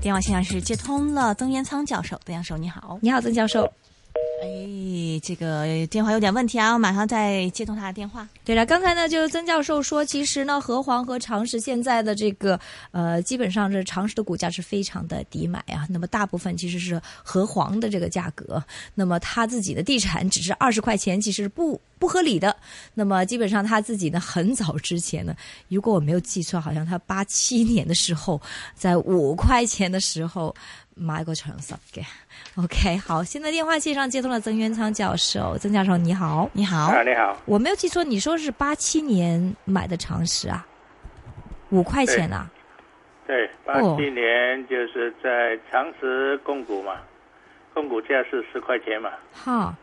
电话线上是接通了曾元仓教授，曾教授你好，你好，曾教授。哎，这个电话有点问题啊，我马上再接通他的电话。对了，刚才呢，就是曾教授说，其实呢，和黄和常石现在的这个呃，基本上是常石的股价是非常的低买啊。那么大部分其实是和黄的这个价格，那么他自己的地产只是二十块钱，其实不不合理的。那么基本上他自己呢，很早之前呢，如果我没有记错，好像他八七年的时候，在五块钱的时候买过长实嘅。OK，好，现在电话线上接通了曾元仓教授，曾教授你好，你好，啊，你好，我没有记错，你说是八七年买的常识啊，五块钱啊，对，八哦七年就是在长实控股嘛，控股价是十块钱嘛，哈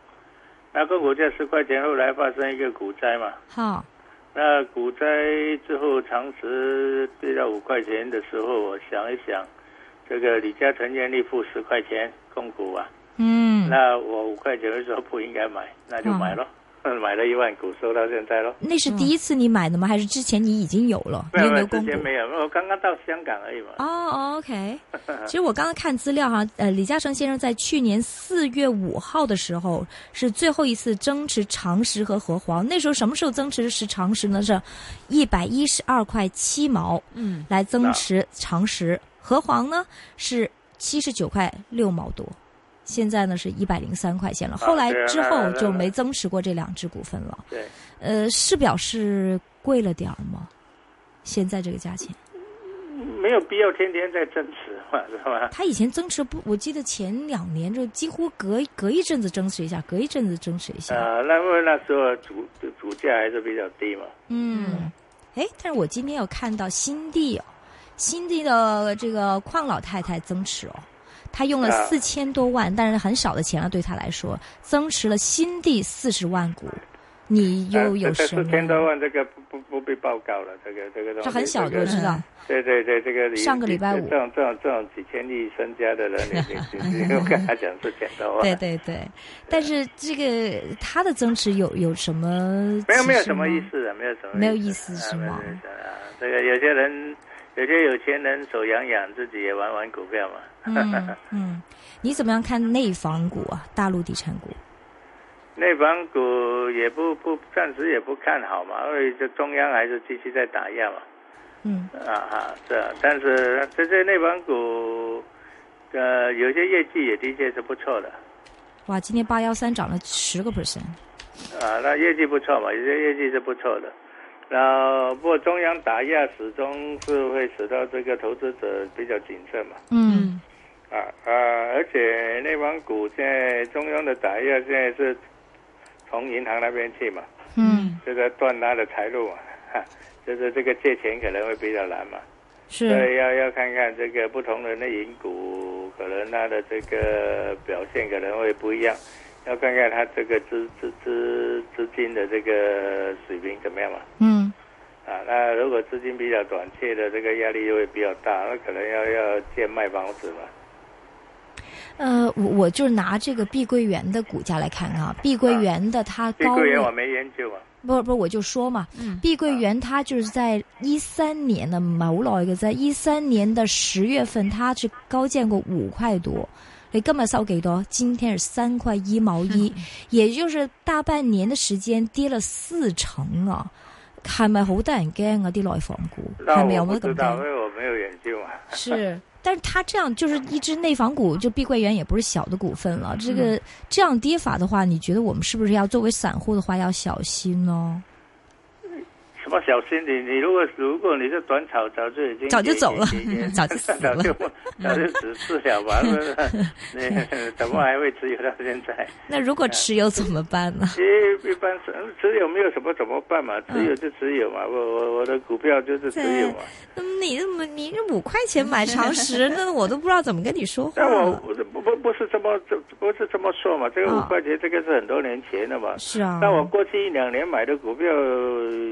那控股价十块钱，后来发生一个股灾嘛，哈，那股灾之后，长实跌到五块钱的时候，我想一想，这个李嘉诚愿意付十块钱控股啊，嗯，那我五块钱的时候不应该买，那就买了，嗯买了一万股，收到现在咯。那是第一次你买的吗？还是之前你已经有了？没你有有，没没有有之公布前？没有，我刚刚到香港而已嘛。哦哦，OK。其实我刚刚看资 料哈，呃，李嘉诚先生在去年四月五号的时候是最后一次增持常识和和黄，那时候什么时候增持是常识呢？是一百一十二块七毛，嗯，来增持常识，和黄呢是七十九块六毛多，现在呢是一百零三块钱了。啊后来对啊之那后那就那没增持过这两只股份了。对，呃，是表示贵了点儿吗？现在这个价钱，没有必要天天在增持嘛，是吧？他以前增持不，我记得前两年就几乎隔隔一阵子增持一下，隔一阵子增持一下。啊，那因为那时候主主价还是比较低嘛。嗯，哎，但是我今天有看到新地哦，新地的这个邝老太太增持哦，她用了啊四千多万，但是很少的钱了，啊对她来说，增持了新地四十万股，你又有什四千多么？啊万，这个不不不必报告了，这个这个东西。这很小的，这我个知道。对对对，这个你上个礼拜五这种这种这种几千亿身家的人，你你你你又跟他讲四千多万，对对对，但是这个她的增持有有什么？没有没有什么意。思的，没有什么没有意思是啊没有吗意思啊，这个有些人。有些有钱人手痒痒，自己也玩玩股票嘛。嗯 嗯，你怎么样看内房股啊？大陆地产股？内房股也不不暂时也不看好嘛，因为这中央还是继续在打压嘛。嗯啊啊，是啊，但是这些内房股，呃，有些业绩也的确是不错的，哇，今天八幺三涨了十个 percent。啊，那业绩不错嘛，有些业绩是不错的。然后，不过中央打压始终是会使到这个投资者比较谨慎嘛，嗯。啊啊，而且内房股现在中央的打压现在是从银行那边去嘛，嗯，这个断他的财路嘛，哈，就是这个借钱可能会比较难嘛。是，对，要要看看这个不同的内银股，可能它的这个表现可能会不一样，要看看它这个资资资资金的这个水平怎么样嘛。嗯啊，那如果资金比较短缺的，这个压力就会比较大，那可能要要借卖房子嘛。呃，我我就拿这个碧桂园的股价来看看啊，碧桂园的它碧高桂园位，我啊没研究嘛，不不，我就说嘛，嗯碧桂园它就是在一三年呢，唔係好耐嘅啫，一三年的十月份它是高见过五块多。你今日收几多？今天是三块一毛一， 也就是大半年的时间跌了四成啊！係咪好得人驚啊？啲內房股那係咪有我冇不得知咁驚啊道，因？为我没有研究嘛。 是，但是它这样就是一只内房股，就碧桂园也不是小的股份了。这个、嗯这样跌法的话，你觉得我们是不是要作为散户的话要小心呢？什么小心？你你如果如果你是短炒，早就已经早就走了已经已经早就死 了早就早就死死了吧？是不是？你怎么还会持有到现在？那如果持有怎么办呢？其实一般是持有没有什么怎么办嘛？持有就持有嘛，我我我的股票就是持有嘛。 那么你怎么你这五块钱买常识，那我都不知道怎么跟你说话但我了。不不不不是这么这不是这么说嘛，这个五啊块钱这个是很多年前的嘛。是啊，那我过去一两年买的股票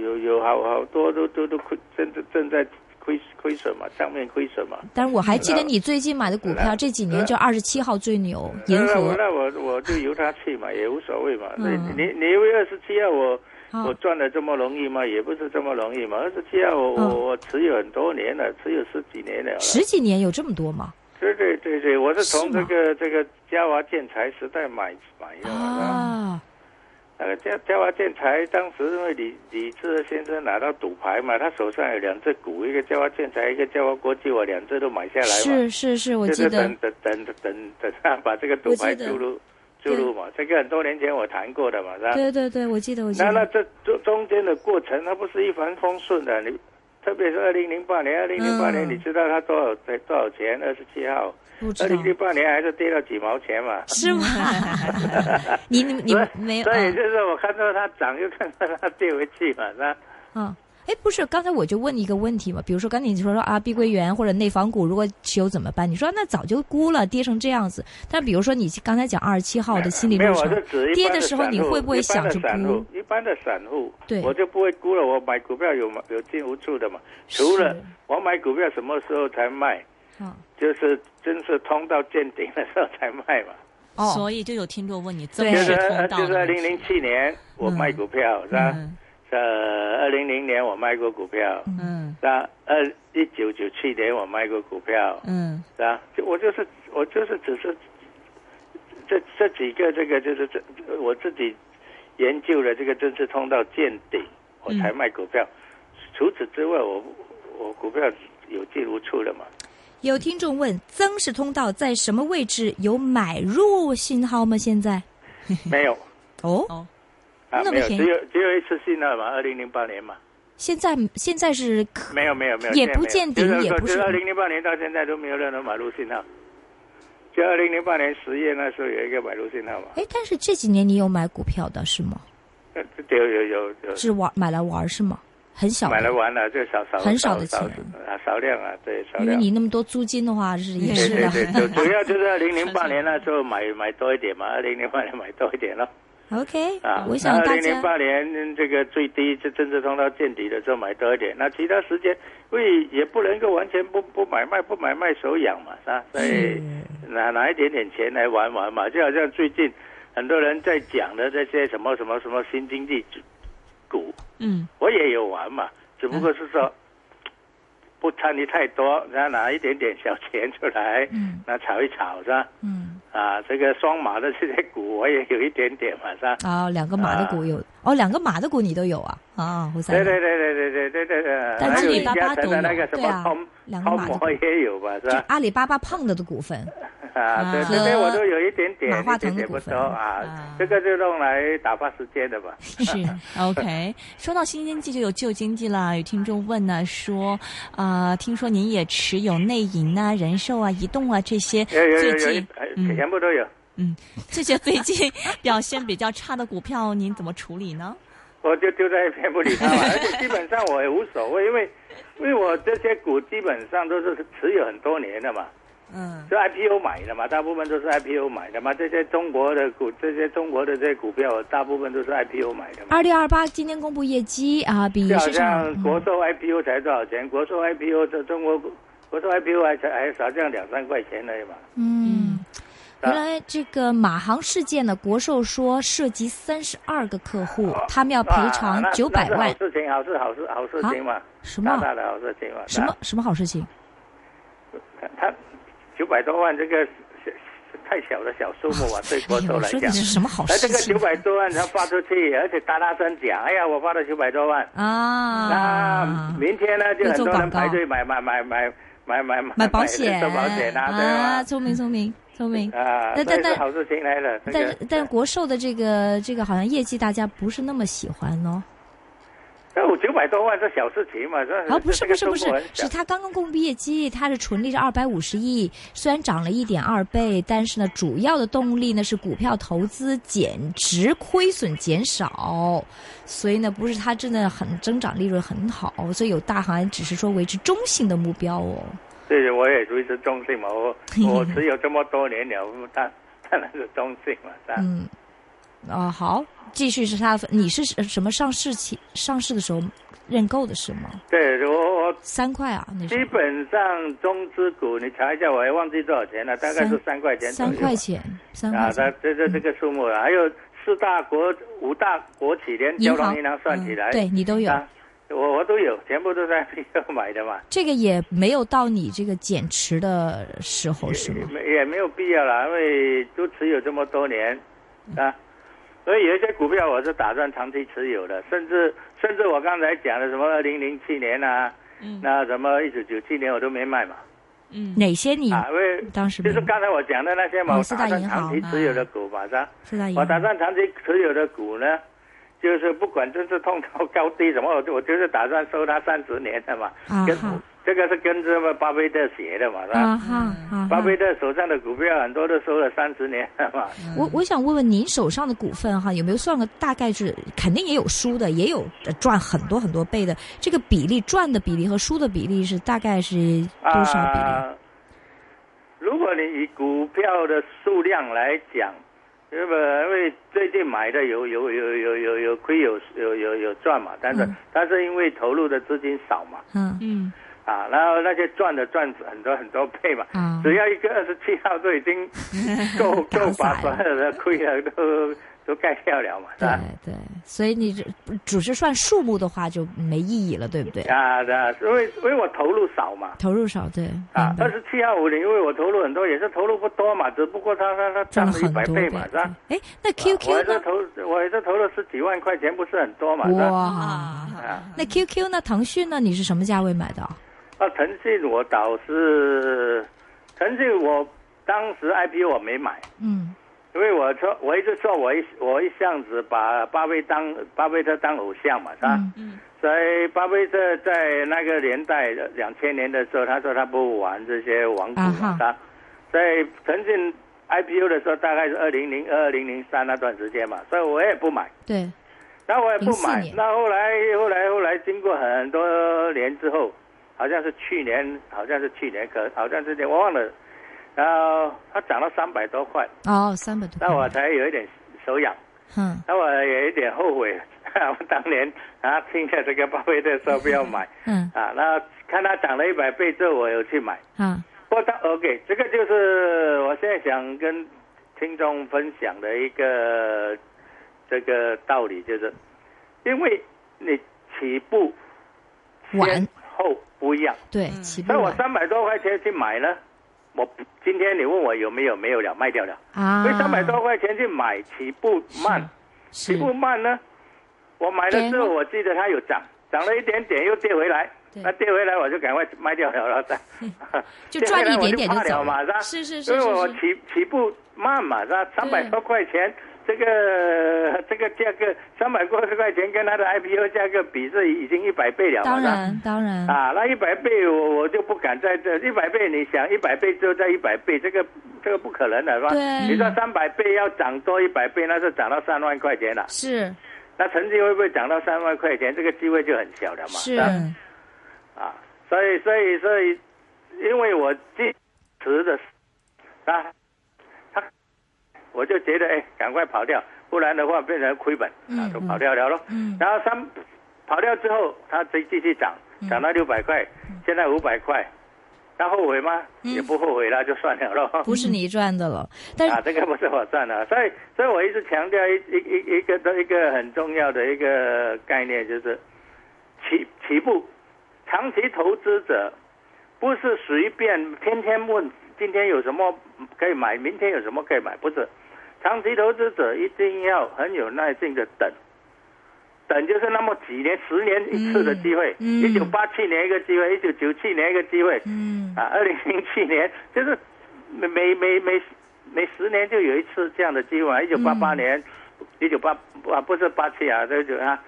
有有好好多都都都亏正正在亏亏损嘛，账面亏损嘛。但是我还记得你最近买的股票，这几年就二十七号最牛银那我河那我我就由他去嘛，也无所谓嘛。嗯那你你你因为二十七号我、啊我，赚的这么容易吗？也不是这么容易嘛。二十七号我、嗯我我持有很多年了，持有十几年了啦。十几年有这么多吗？对对对对，我是从是这吗个这个嘉华建材时代买买药的。啊，那个嘉嘉华建材当时因为李李志先生拿到赌牌嘛，他手上有两只股，一个嘉华建材，一个嘉华国际，我两只都买下来嘛。是是是，我就记是得等，等等等等等他把这个赌牌注入注对入嘛，这个很多年前我谈过的嘛，是吧？对对对，我记得我记啊那那得，这中中间的过程，它不是一帆风顺的。你特别是二零零八年，二零零八年嗯你知道它多少多少钱？二十七号，不知二道零哎零八年还是跌到几毛钱嘛。是吗？嗯你你你所以没有所以啊就是我看到它涨，又看到它跌回去嘛，那啊？哎，不是，刚才我就问一个问题嘛，比如说刚才你说说啊，碧桂园或者内房股如果持有怎么办？你说那早就估了，跌成这样子。但比如说你刚才讲二十七号的哦心理没有，路我程是，指一般跌的时候散你户会不会一般想的着散估户？一般的散户，对我就不会估了。我买股票有买有进无出的嘛，除了是我买股票什么时候才卖，啊，就是真是通到见顶的时候才卖嘛。哦，所以就有听众问你对怎么就是是通道就是的二问题？零零七年我卖股票，是吧？嗯呃，二零零年我卖过股票，嗯是吧？二一九九七年我卖过股票，嗯是吧？就我就是我就是只是这这几个这个就是这我自己研究了这个政治通道见顶，我才卖股票。除此之外，我我股票有进无出的嘛。有听众问，增时通道在什么位置？有买入信号吗？现在？嗯没有哦，哦啊，那么没有，便宜只有只有一次信号嘛，二零零八年嘛，现在现在是可没有没有没有，也现在不没有见顶就是也说不就是是二零零八年到现在都没有任何买入信号。就二零零八年十月那时候有一个买入信号嘛，哎，但是这几年你有买股票的是吗？有有有有是玩买来玩是吗？很小的买来玩了，就少少很少的少钱啊，少量啊，对，少因为量。你那么多租金的话是也对是的对。对， 主主要就是二零零八年那时候买买多一点嘛，二零零八年买多一点咯 OK，啊。我想二大零零家八年这个最低这政治通道见底的时候买多一点，那其他时间为也不能够完全不不买卖不买卖手痒嘛，是吧？所以拿拿一点点钱来玩玩嘛，就好像最近很多人在讲的这些什么什么什么新经济股，嗯我也有玩嘛，只不过嗯是说、不参与太多，然后拿一点点小钱出来，嗯那炒一炒是吧？嗯，啊，这个双马的这些股我也有一点点嘛，是吧？啊，两个马的股有哦，两个马的股你都有啊啊，哦胡三对对对对对对对对，但还阿有里李巴嘉巴诚都的有那个什对啊么通两个通马的我也有吧，是就吧？阿里巴巴胖的的股份，啊，对和这边我都有一点点，马化一点腾的点股不份多啊啊，这个就用来打发时间的 吧。是 ，OK。说到新经济就有旧经济啦，有听众问呢、说，啊、听说您也持有内银啊、人寿啊、移动啊这些有有有最有一近，呃，嗯全部都有。嗯， 这些最近表现比较差的股票，您怎么处理呢？我就丢在一边不 理他嘛，而且基本上我也无所谓，因为因为我这些股基本上都是持有很多年的嘛，嗯是 IPO 买的嘛，大部分都是 IPO 买的嘛，这些中国的股，这些中国的这些股票，大部分都是 IPO 买的嘛。二六二八今天公布业绩啊，比就好市场像国寿 IPO 才多少钱？国寿 IPO 这中国股国寿 IPO 还才还少降两三块钱而已嘛。嗯。啊原来这个马航事件呢，国寿说涉及三十二个客户，他们要赔啊偿那九百那万啊是好，事情，好事好事好事情嘛，什大么大的好事情嘛。什么什么好事情？他他九百多万这个是是太小的小数 目啊，对哎国呦，手我来说讲你。是什么好哎，事这个情九百多万他发出去，而且大大声讲，哎呀，我发了九百多万。那啊？明天呢，就又很啊做多广人告排队买买买买买买买保险，做保险啊，对聪明聪明聪明。吧？啊，但这但是好事情来了。这但个是但国寿的这个这个好像业绩大家不是那么喜欢哦。但我九百多万是小事情嘛，这啊，不是嗯这不个是不中国是人，是讲它刚刚公布业绩，它是纯利是二百五十亿，虽然涨了一点二倍，但是呢，主要的动力呢是股票投资减值，亏损减少，所以呢，不是它真的很增长利润很好，所以有大行只是说维持中性的目标哦。对，我也属于是中性嘛， 我我持有这么多年了， 当当然是中性嘛，是吧嗯，啊、好，继续是它的，你是什么上市期上市的时候认购的是吗？对，我我三块啊，那基是本上中资股，你查一下，我也忘记多少钱了，大概是三块钱左右三块钱，三嗯块啊，钱它。这这这个数目了。还有四大国、五大国企，连交通银行算起来，嗯对你都有啊，我我都有，全部都在 IPO 买的嘛，这个也没有到你这个减持的时候是吗？没也没有必要啦，因为都持有这么多年啊，所以有一些股票我是打算长期持有的，甚至甚至我刚才讲的什么二零零七年啊，嗯那什么一九九七年我都没卖嘛，嗯，哪些你啊，因为当时没就是有？刚才我讲的那些嘛，哦我四打大算银长期行哎持有的股嘛，是吧？四大银我打行算长期持有的股呢，就是不管这次碰到高低什么，我就我就是打算收它三十年的嘛。啊跟哈这个是跟这么巴菲特学的嘛，是吧？啊哈啊巴哈！菲特手上的股票很多都收了三十年了嘛，我我想问问您手上的股份哈，有没有算个大概是？肯定也有输的，也有呃赚很多很多倍的。这个比例赚的比例和输的比例是大概是 多少比例？啊，如果你以股票的数量来讲，那么因为最近买的有有有有有有亏有有有有赚嘛，但是、嗯但是因为投入的资金少嘛，嗯嗯啊，然后那些赚的赚很多很多倍嘛，啊，只要一个二十七号都已 经够够把所有的亏了都都盖掉了嘛，是对吧？对，所以你这只是算数目的话就没意义了，对不对？啊，对啊，因为因为我投入少嘛，投入少，对，啊明，白二十七号五零，因为我投入很多，也是投入不多嘛，只不过它它它赚涨了了一很百多倍嘛，是吧？啊对对哎，那我还 QQ 是呢？投，我也是投了十几万块钱，不是很多嘛，是吧？哇，啊，那 QQ 呢？腾讯呢？你是什么价位买的？啊，腾讯我倒是，腾讯我当时 IPO 我没买，嗯因为我说我一直说我一我一向子把巴菲当巴菲特当偶像嘛，是吧？嗯嗯所以巴菲特在那个年代两千年的时候，他说他不玩这些王股啊哈嘛，他在腾讯 IPO 的时候，大概是二零零二、二零零三那段时间嘛，所以我也不买，对，那我也不04买年。那后来后来后来，经过很多年之后，好像是去年，好像是去年，可好像是去年我忘了，然后它涨到三百多块，哦，三百多块。那我才有一点手痒。嗯那我也有点后悔， 我当年啊听着这个巴菲特说不要买嗯啊，那看它涨了一百倍之后，我有去买。啊不过当 OK，这个就是我现在想跟听众分享的一个这个道理，就是因为你起步晚先后不一样，对嗯起步所以我晚三百多块钱去买呢，我不今天你问我有没有没有了卖掉了，啊所以三百多块钱去买起步慢。起是步慢呢，我买了之后，我记得它有涨，涨了一点点又跌回来，对那跌回来我就赶快卖掉 了，然后再就跌赚回来一我点点就怕走了嘛，是是是吧？是因为我是是，起起步慢嘛，是吧？三百对多块钱，这个这个价格三百多块钱跟它的 IPO 价格比是已经一百倍了嘛，当是吧然当然啊，那一百倍我我就不敢在这一百倍，你想一百倍之后再一百倍，这个这个不可能的是吧？对你说三百倍要涨多一百倍，那是涨到三万块钱了。是那成绩会不会涨到三万块钱？这个机会就很小了嘛。是吧啊，所以所以所以，因为我坚持的啊，他我就觉得哎，赶快跑掉，不然的话变成亏本啊嗯，就跑掉了咯。嗯然后三跑掉之后，它再继续涨，嗯涨到六百块，现在五百块，他后悔吗？也不后悔了，就算了咯。嗯不是你赚的了，但啊是，这个不是我赚的，啊所以，所以我一直强调一一一一个的一个很重要的一个概念，就是起起步，长期投资者不是随便天天问今天有什么可以买，明天有什么可以买，不是，长期投资者一定要很有耐性的等。等就是那么几年、十年一次的机会，嗯嗯一九八七年一个机会，一九九七年一个机会，嗯啊，二零零七年就是每每每每每十年就有一次这样的机会嘛。一九八八嗯年，一九八啊不是八七啊，这九啊，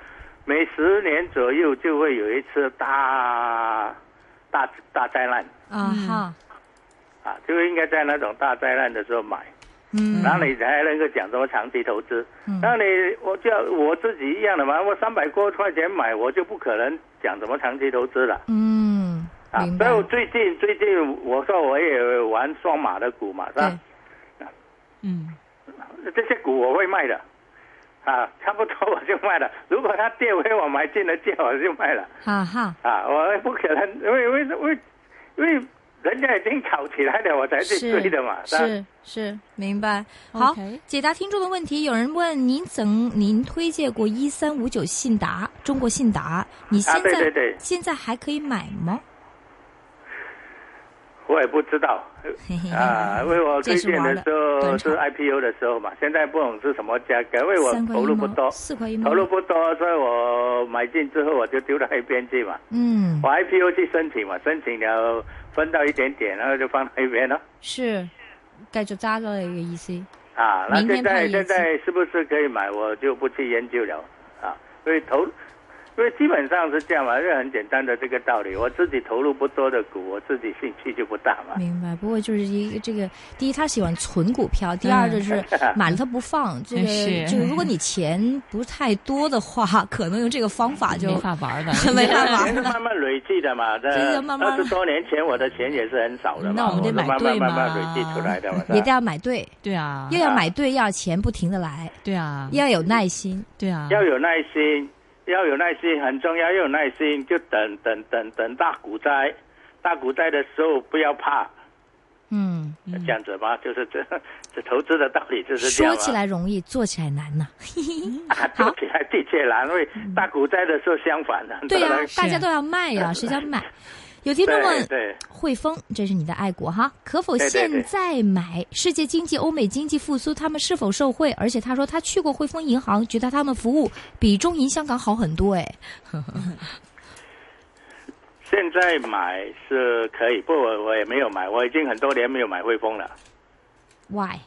每十年左右就会有一次大大大灾难啊哈啊，就应该在那种大灾难的时候买，嗯然后你才能够讲什么长期投资。嗯那你我就我自己一样的嘛，我三百多块钱买，我就不可能讲什么长期投资了。嗯啊，明所白以我最近最近我说我也玩双马的股嘛，是吧对？嗯这些股我会卖的，啊，差不多我就卖了。如果它跌回我买进的价，我就卖了。啊哈啊，我不可能，因为为因为因为人家已经炒起来了，我才去追的嘛。吧是是，明白。好 OK 解答听众的问题。有人问您曾您推介过一三五九信达，中国信达，你现在、啊，对对对，现在还可以买吗？我也不知道嘿嘿嘿啊，因为我推荐的时候这是是玩 IPO 的时候嘛，现在不懂是什么价格，因为我三块投一入不毛，多，四块一毛投，入不多，所以我买进之后我就丢到一边去嘛。嗯我，IPO 去申请嘛，申请了分到一点点，然后就放到一边了。是，继续揸咗你嘅意思。啊，那明天现在看业现绩在是不是可以买？我就不去研究了啊，因为投，因为基本上是这样嘛，因为很简单的这个道理。我自己投入不多的股，我自己兴趣就不大嘛。明白，不过就是一个这个，第一他喜欢存股票，嗯第二就是 买了他不放。这个嗯是就是如果你钱不太多的话，可能用这个方法就没法玩 的。没办啊钱是法。慢慢累积的嘛，这对要慢慢二十多年前我的钱也是很少的嘛，那我们得是买慢对慢慢慢嘛累积出来的嘛。 是吧一定要买对， 对啊又，要买对，要钱不停的来，对啊，要有耐心。对啊，要有耐心，要有耐心很重要，要有耐心，就等等等等大股灾，大股灾的时候不要怕，嗯，嗯这样子嘛，就是这这投资的道理就是这样啊说嘛。起来容易，做起来难呐。啊，做起来的确难，因为大股灾的时候相反的。对呀、当然大家都要卖 呀、谁想买？有听众问对对，汇丰，这是你的爱国哈，可否对对现对在买？世界经济、欧美经济复苏，他们是否受惠？而且他说他去过汇丰银行，觉得他们服务比中银香港好很多哎。现在买是可以，不过我我也没有买，我已经很多年没有买汇丰了， Why？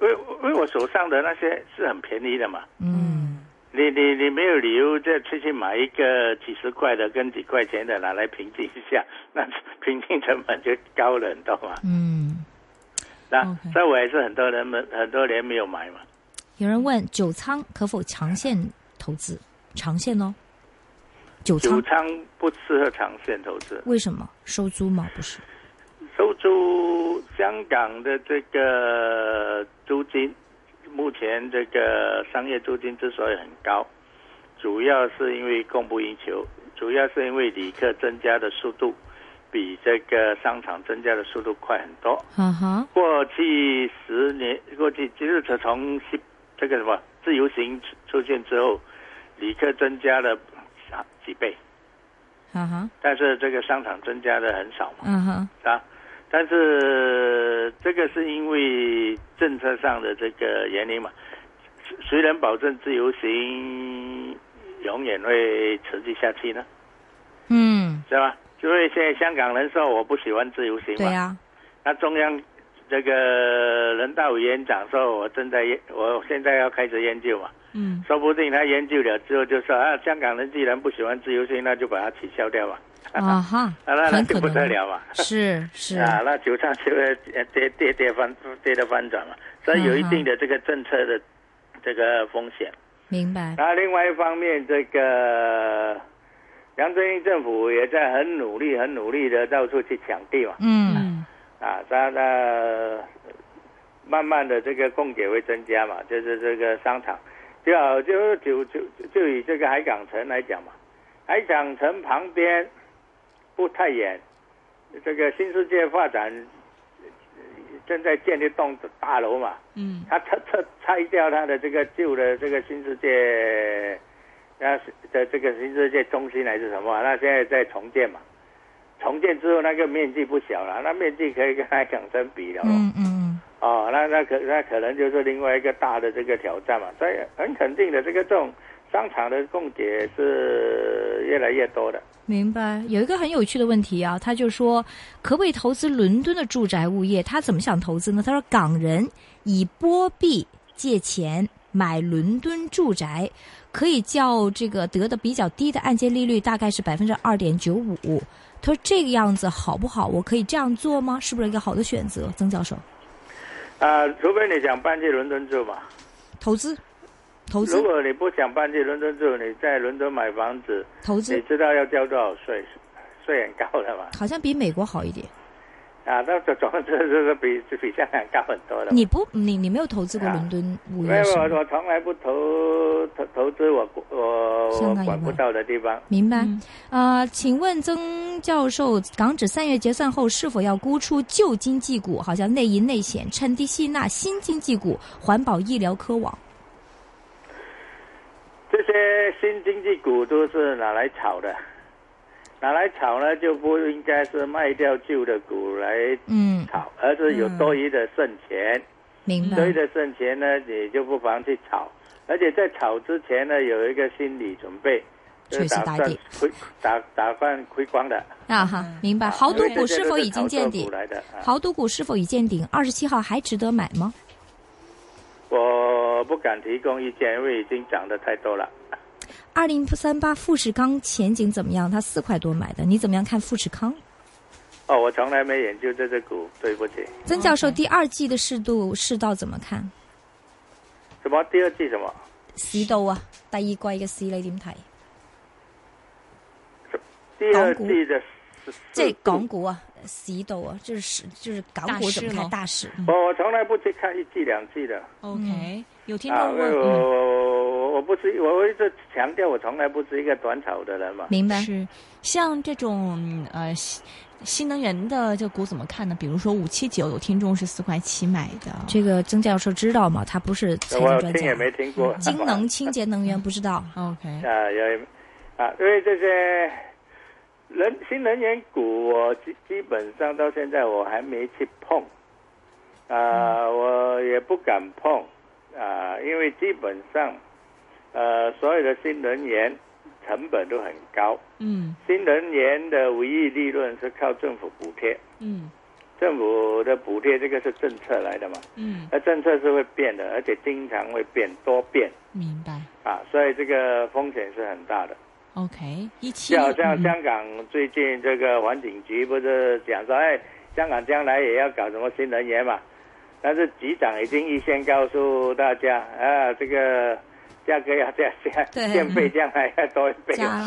因为因为我手上的那些是很便宜的嘛。嗯，你你你没有理由再出去买一个几十块的跟几块钱的拿来平均一下，那平均成本就高了很多嘛。嗯，那 OK 所以我也是很多人们很多年没有买嘛。有人问九仓可否长线投资？长线哦，九九仓仓不适合长线投资，为什么收租吗？不是，收租香港的这个租金，目前这个商业租金之所以很高，主要是因为供不应求，主要是因为旅客增加的速度比这个商场增加的速度快很多。哈啊哈，过去十年，过去就是从西这个什么自由行出现之后，旅客增加了几倍，哈啊哈，但是这个商场增加的很少嘛。嗯哈，啊，但是这个是因为政策上的这个原因嘛，谁谁能保证自由行永远会持续下去呢？嗯，是吧？因为现在香港人说我不喜欢自由行对嘛，呀、那中央这个人大委员长说我正在研，我现在要开始研究嘛，嗯，说不定他研究了之后就说啊，香港人既然不喜欢自由行，那就把它取消掉嘛，啊 哈，啊，那那很就可不得能了嘛。是是，啊，那九上就会呃跌跌跌翻跌的翻转嘛，所以有一定的这个政策的这个风险。明白，然后另外一方面，这个梁振英政府也在很努力、很努力的到处去抢地嘛，嗯嗯啊，他呢慢慢的这个供给会增加嘛，就是这个商场，就好就就就就以这个海港城来讲嘛，海港城旁边不太远，这个新世界发展正在建一栋大楼嘛，嗯它拆拆拆掉它的这个旧的这个新世界，那是的这个新世界中心还是什么啊？那现在在重建嘛，重建之后那个面积不小了，那面积可以跟海港城比了咯。嗯嗯哦，那那可那可能就是另外一个大的这个挑战嘛。所以很肯定的，这个这种商场的供给是越来越多的。嗯，明白。有一个很有趣的问题啊，他就说可不可以投资伦敦的住宅物业？他怎么想投资呢？他说港人以波币借钱买伦敦住宅，可以较这个得的比较低的按揭利率大概是百分之二点九五。他说这个样子好不好？我可以这样做吗？是不是一个好的选择？曾教授，啊、除非你想搬去伦敦住嘛。投资，投资如，果你不想搬去伦敦住，你在伦敦买房子，投你资，知道要交多少税，税很高的嘛。好像比美国好一点。啊，那这总这这这比这比香港高很多了。你不，你你没有投资过伦敦五啊没月有，什我么？我从来不投投投资我我我香港以啊管不外到的地方。明白嗯。呃，请问曾教授，港指三月结算后是否要沽出旧经济股，好像内银、内险，趁低吸纳新经济股、环保、医疗、科网？这些新经济股都是拿来炒的，拿来炒呢就不应该是卖掉旧的股来嗯，炒，而是有多余的剩钱，明白多。余的剩钱呢你就不妨去炒，而且在炒之前呢有一个心理准备，就垂是死打待算毙亏打打算亏光的。啊哈，明白。豪因赌为股这些是都否是已经炒见作顶股？来的啊豪赌股是否已见顶？二十七号还值得买吗？我不敢提供意见，因为已经涨得太多了。二零三八富士康前景怎么样？它四块多买的，你怎么样看富士康？哦，我从来没研究这只股，对不起。曾教授，第二季的市度市道怎么看？什么第二季什么？市道啊，第二季嘅市你點睇？第二季的市即 係港。市股啊，市道啊，就是市就是港大股市怎麼咯看大市？我哦我从来不去看一季两季的嗯 OK，有听嗯啊，众因问为，我我我不是我一直强调我从来不是一个短炒的人嘛。明嗯白？是像这种呃新新能源的这股怎么看呢？比如说五七九，有听众是四块七买的，這個曾教授知道嗎？他不是財我經專听也家。没听过。金能清洁能源不知道， OK， 啊，有啊，因为这些人新能源股，我基基本上到现在我还没去碰，啊，嗯我也不敢碰，啊，因为基本上，呃，所有的新能源成本都很高，嗯新能源的唯一利润是靠政府补贴，嗯政府的补贴这个是政策来的嘛，嗯，那政策是会变的，而且经常会变，多变明白。啊，所以这个风险是很大的。 OK，一七就好嗯像香港最近这个环境局不是讲说，哎，香港将来也要搞什么新能源嘛？但是局长已经预先告诉大家，啊，这个价格要这样下，对电费将来要多一倍哦。加